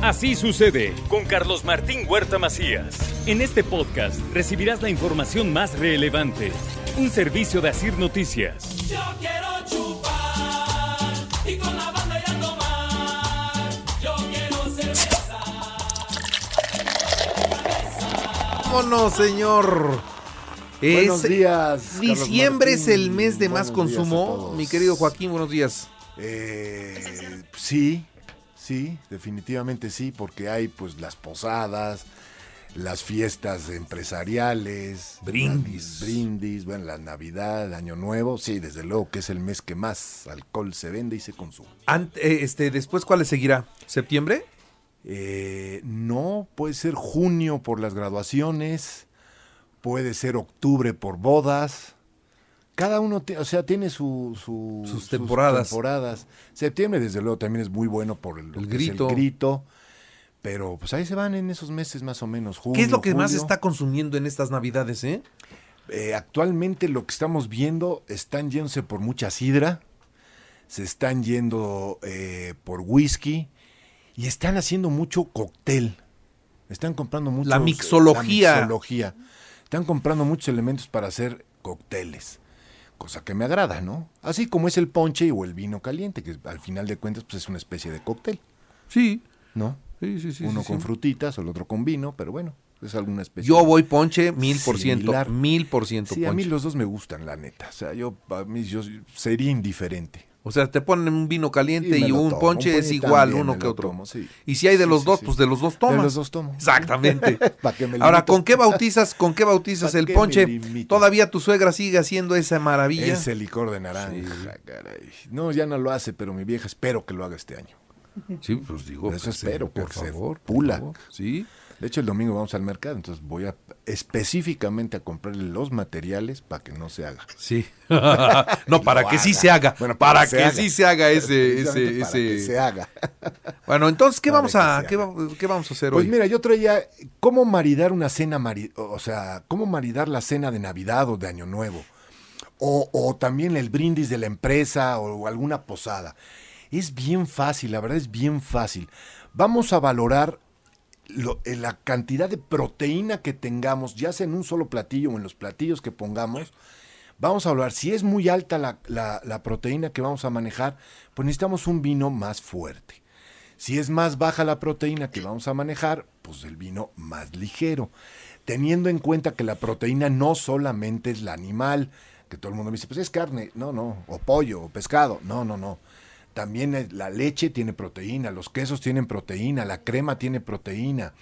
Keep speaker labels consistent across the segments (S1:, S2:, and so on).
S1: Así sucede con Carlos Martín Huerta Macías. En este podcast recibirás la información más relevante. Un servicio de Asir Noticias.
S2: Yo quiero chupar y con la banda ir a tomar. Yo quiero cerveza.
S3: Vámonos, señor.
S4: Buenos
S3: Es-
S4: días. Carlos
S3: Diciembre es
S4: Martín.
S3: el mes de más
S4: Buenos días a
S3: consumo.
S4: todos.
S3: Mi querido Joaquín, buenos días.
S4: Eh, sí, sí, definitivamente sí, porque hay pues las posadas, las fiestas empresariales,
S3: Brindis.
S4: la- brindis, bueno, la Navidad, el Año Nuevo, sí, desde luego que es el mes que más alcohol se vende y se consume.
S3: Ant- eh, este, después, ¿cuál le seguirá? ¿Septiembre?
S4: Eh, no, puede ser junio por las graduaciones, puede ser octubre por bodas. Cada uno, ti- o sea, tiene su- su-
S3: Sus temporadas.
S4: temporadas. Septiembre, desde luego, también es muy bueno por el, lo
S3: El
S4: que es
S3: grito.
S4: grito. Pero pues ahí se van en esos meses más o menos. Junio,
S3: ¿Qué es lo que más
S4: julio.
S3: está consumiendo en estas navidades, eh?
S4: Eh, actualmente lo que estamos viendo están yéndose por mucha sidra, se están yendo eh, por whisky y están haciendo mucho cóctel. Están comprando mucho.
S3: La mixología.
S4: mixología. Están comprando muchos elementos para hacer cócteles. Cosa que me agrada, ¿no? Así como es el ponche o el vino caliente, que al final de cuentas pues, es una especie de cóctel,
S3: Sí,
S4: ¿no?
S3: sí, sí, sí.
S4: Uno
S3: sí,
S4: con
S3: sí.
S4: frutitas, el otro con vino, pero bueno, es alguna especie.
S3: Yo
S4: de-
S3: voy ponche mil por ciento.
S4: Similar.
S3: Mil por ciento
S4: Sí, a mí
S3: ponche.
S4: los dos me gustan, la neta. O sea, yo, a mí, yo sería indiferente.
S3: O sea, te ponen un vino caliente
S4: Sí, me
S3: y
S4: lo
S3: un
S4: tomo,
S3: ponche
S4: un
S3: es
S4: ponche
S3: igual
S4: también
S3: uno
S4: me
S3: que
S4: lo
S3: otro.
S4: tomo, sí.
S3: Y si hay de
S4: Sí,
S3: los
S4: sí,
S3: dos,
S4: sí.
S3: pues de los dos tomas.
S4: De los dos tomo.
S3: Exactamente.
S4: Pa' que me
S3: Ahora,
S4: limite.
S3: ¿con qué bautizas, con qué bautizas
S4: Pa'
S3: el
S4: que me
S3: ponche?
S4: limite.
S3: Todavía tu suegra sigue haciendo esa maravilla.
S4: Ese licor de naranja, caray. No, ya no lo hace, pero mi vieja espero que lo haga este año.
S3: Sí, pues digo,
S4: Eso
S3: que
S4: espero,
S3: se- por
S4: que se
S3: favor, por
S4: pula.
S3: favor, Sí.
S4: De hecho, el domingo vamos al mercado, entonces voy a específicamente a comprarle los materiales para que no se haga.
S3: Sí. no, para
S4: Lo
S3: que sí
S4: haga.
S3: se haga.
S4: Bueno,
S3: para
S4: para
S3: que
S4: que se
S3: sí
S4: haga.
S3: se haga ese ese
S4: Precisamente para que se
S3: ese.
S4: haga.
S3: Bueno, entonces qué
S4: Para
S3: vamos
S4: que
S3: a
S4: se
S3: qué,
S4: haga.
S3: va- qué vamos a hacer
S4: Pues
S3: hoy?
S4: mira, yo traía cómo maridar una cena, mari- o sea, cómo maridar la cena de Navidad o de Año Nuevo. O, o también el brindis de la empresa o, alguna posada. Es bien fácil, la verdad es bien fácil. Vamos a valorar lo- eh, la cantidad de proteína que tengamos, ya sea en un solo platillo o en los platillos que pongamos. Vamos a hablar, si es muy alta la- la- la proteína que vamos a manejar, pues necesitamos un vino más fuerte. Si es más baja la proteína que vamos a manejar, pues el vino más ligero. Teniendo en cuenta que la proteína no solamente es la animal, que todo el mundo me dice, pues es carne, no, no, o pollo, o pescado, no, no, no. También es- la leche tiene proteína, los quesos tienen proteína, la crema tiene proteína,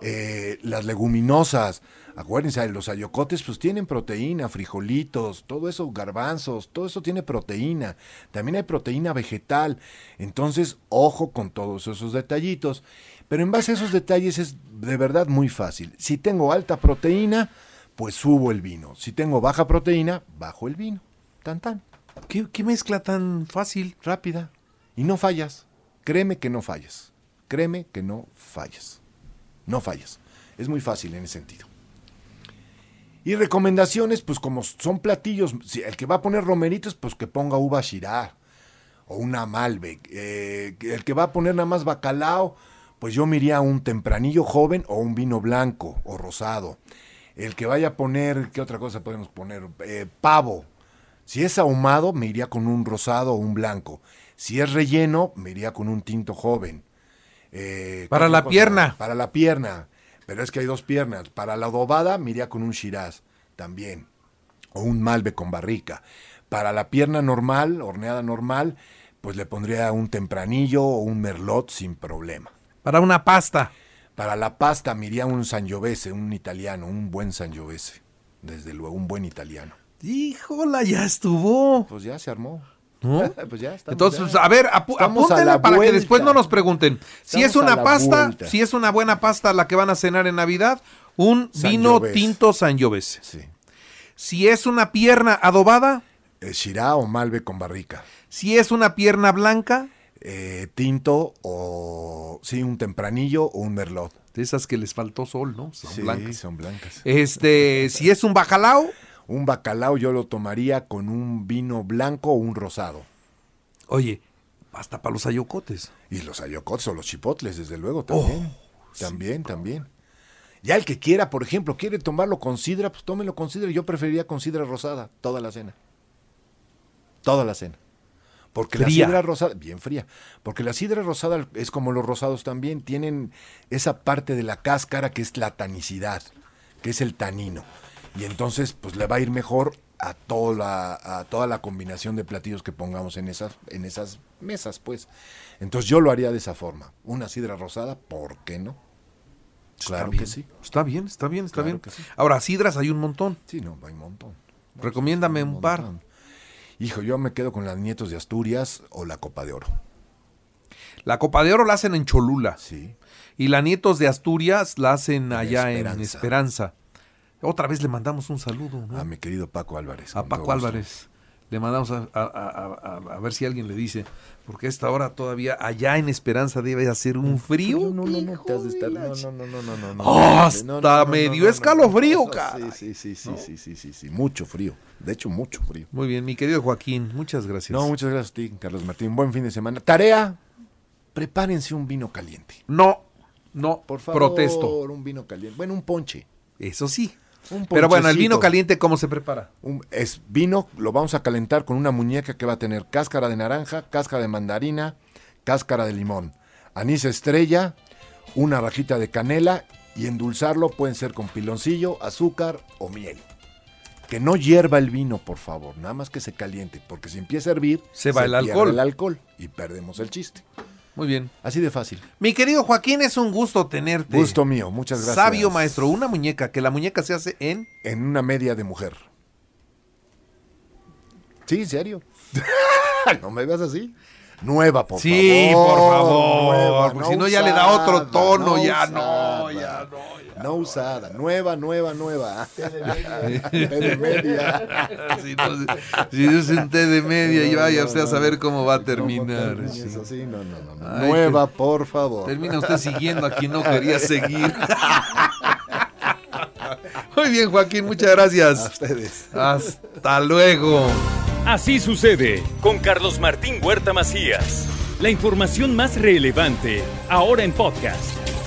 S4: eh, las leguminosas, acuérdense, los ayocotes pues tienen proteína, frijolitos, todo eso, garbanzos, todo eso tiene proteína. También hay proteína vegetal. Entonces, ojo con todos esos detallitos. Pero en base a esos detalles es de verdad muy fácil. Si tengo alta proteína, pues subo el vino. Si tengo baja proteína, bajo el vino. Tan tan,
S3: ¿Qué, qué mezcla tan fácil?
S4: rápida. Y no fallas. Créeme que no fallas. Créeme que no fallas. No fallas. Es muy fácil en ese sentido. Y recomendaciones, pues como son platillos, si el que va a poner romeritos, pues que ponga uva Shiraz o una Malbec. Eh, el que va a poner nada más bacalao, pues yo me iría a un tempranillo joven o un vino blanco o rosado. El que vaya a poner, ¿qué otra cosa podemos poner? Eh, pavo. Si es ahumado, me iría con un rosado o un blanco. Si es relleno, me iría con un tinto joven. Eh, ¿qué
S3: Para
S4: otra
S3: la pierna.
S4: Para la pierna. Pero es que hay dos piernas. Para la adobada, me iría con un Shiraz también o un malve con barrica. Para la pierna normal, horneada normal, pues le pondría un tempranillo o un merlot sin problema.
S3: Para una pasta.
S4: Para la pasta miría un sangiovese, un italiano, un buen sangiovese. Desde luego, un buen italiano.
S3: Híjola, ya estuvo.
S4: Pues ya se armó.
S3: ¿No?
S4: Pues ya estamos
S3: Entonces,
S4: ya.
S3: pues, a ver, apu-
S4: Estamos a
S3: apúntenle
S4: la
S3: para que
S4: vuelta.
S3: después no nos pregunten. Si
S4: Estamos
S3: es una
S4: a la
S3: pasta,
S4: vuelta.
S3: si es una buena pasta la que van a cenar en Navidad, un vino
S4: Sangiovese.
S3: tinto Sangiovese.
S4: Sí.
S3: Si es una pierna adobada,
S4: Eh, Shiraz o malve con barrica.
S3: si es una pierna blanca,
S4: Eh, tinto o... Sí, un tempranillo o un merlot.
S3: de esas que les faltó sol, ¿no? Son
S4: sí,
S3: blancas.
S4: son blancas.
S3: Este, si es un bacalao,
S4: Un bacalao yo lo tomaría con un vino blanco o un rosado.
S3: oye, Hasta para los ayocotes.
S4: Y los ayocotes o los chipotles, desde luego, también. también, también. Ya el que quiera, por ejemplo, quiere tomarlo con sidra, pues tómelo con sidra. Yo preferiría con sidra rosada toda la cena. Toda la cena. Porque
S3: Fría.
S4: la sidra rosada, bien fría, porque la sidra rosada es como los rosados también, tienen esa parte de la cáscara que es la tanicidad, que es el tanino. Y entonces, pues le va a ir mejor a toda la, a toda la combinación de platillos que pongamos en esas, en esas mesas, pues. Entonces yo lo haría de esa forma. Una sidra rosada, ¿por qué no? Claro
S3: Está
S4: que
S3: bien,
S4: sí.
S3: Está bien, está bien, está
S4: Claro
S3: bien.
S4: que sí.
S3: Ahora, sidras hay un montón.
S4: Sí, no, hay un montón.
S3: Recomiéndame un par.
S4: montón. Hijo, yo me quedo con las nietos de Asturias o la copa de oro.
S3: La Copa de Oro la hacen en Cholula.
S4: Sí.
S3: Y la Nietos de Asturias la hacen allá en
S4: Esperanza.
S3: Esperanza. Otra vez le mandamos un saludo ¿no?
S4: A mi querido Paco Álvarez.
S3: a
S4: con
S3: Paco
S4: todo gusto.
S3: Álvarez. Le mandamos a, a- a- a- a ver si alguien le dice, porque a esta hora todavía allá en Esperanza debe hacer un frío.
S4: No, no, no,
S3: hijo
S4: te has de estar-
S3: la
S4: No,
S3: ch-
S4: no, no, no, no, no, no.
S3: ¡Ah,
S4: Sí, no,
S3: hasta
S4: no, no,
S3: me
S4: no,
S3: dio
S4: no, no.
S3: escalofrío, caray!
S4: Sí, sí, sí, sí, sí, sí, sí, sí. Mucho frío. De hecho, mucho frío.
S3: Muy bien, mi querido Joaquín, muchas gracias.
S4: No, muchas gracias a ti, Carlos Martín. Buen fin de semana. Tarea, prepárense un vino caliente.
S3: no, no,
S4: Por favor,
S3: protesto.
S4: un vino caliente. Bueno, un ponche.
S3: Eso sí.
S4: Un
S3: Pero bueno, el vino
S4: ponchecito.
S3: caliente, ¿cómo se prepara?
S4: Un- es vino, lo vamos a calentar con una muñeca que va a tener cáscara de naranja, cáscara de mandarina, cáscara de limón, anís estrella, una rajita de canela y endulzarlo pueden ser con piloncillo, azúcar o miel. Que no hierva el vino, por favor, nada más que se caliente, porque si empieza a hervir,
S3: Se va el
S4: pierde
S3: alcohol.
S4: el alcohol y perdemos el chiste.
S3: Muy bien.
S4: Así de fácil.
S3: Mi querido Joaquín, es un gusto tenerte.
S4: Gusto mío, muchas gracias.
S3: Sabio maestro, una muñeca, que la muñeca se hace en...
S4: En una media de mujer. Sí, en serio. no me veas así. Nueva, por
S3: Sí,
S4: favor.
S3: por favor,
S4: nueva,
S3: porque si no ya le da otro tono, ya no,
S4: usada,
S3: ya no, ya
S4: no usada, nueva, nueva, nueva. De media.
S3: si no, si no es un té de media y vaya usted a saber cómo va a terminar.
S4: ¿Cómo
S3: sí.
S4: termina eso? Sí, no, no, no, no.
S3: Ay,
S4: nueva, por favor.
S3: Termina usted siguiendo a quien no quería seguir. Muy bien, Joaquín, muchas
S4: A
S3: gracias.
S4: ustedes.
S3: Hasta luego.
S1: Así sucede con Carlos Martín Huerta Macías. La información más relevante ahora en podcast.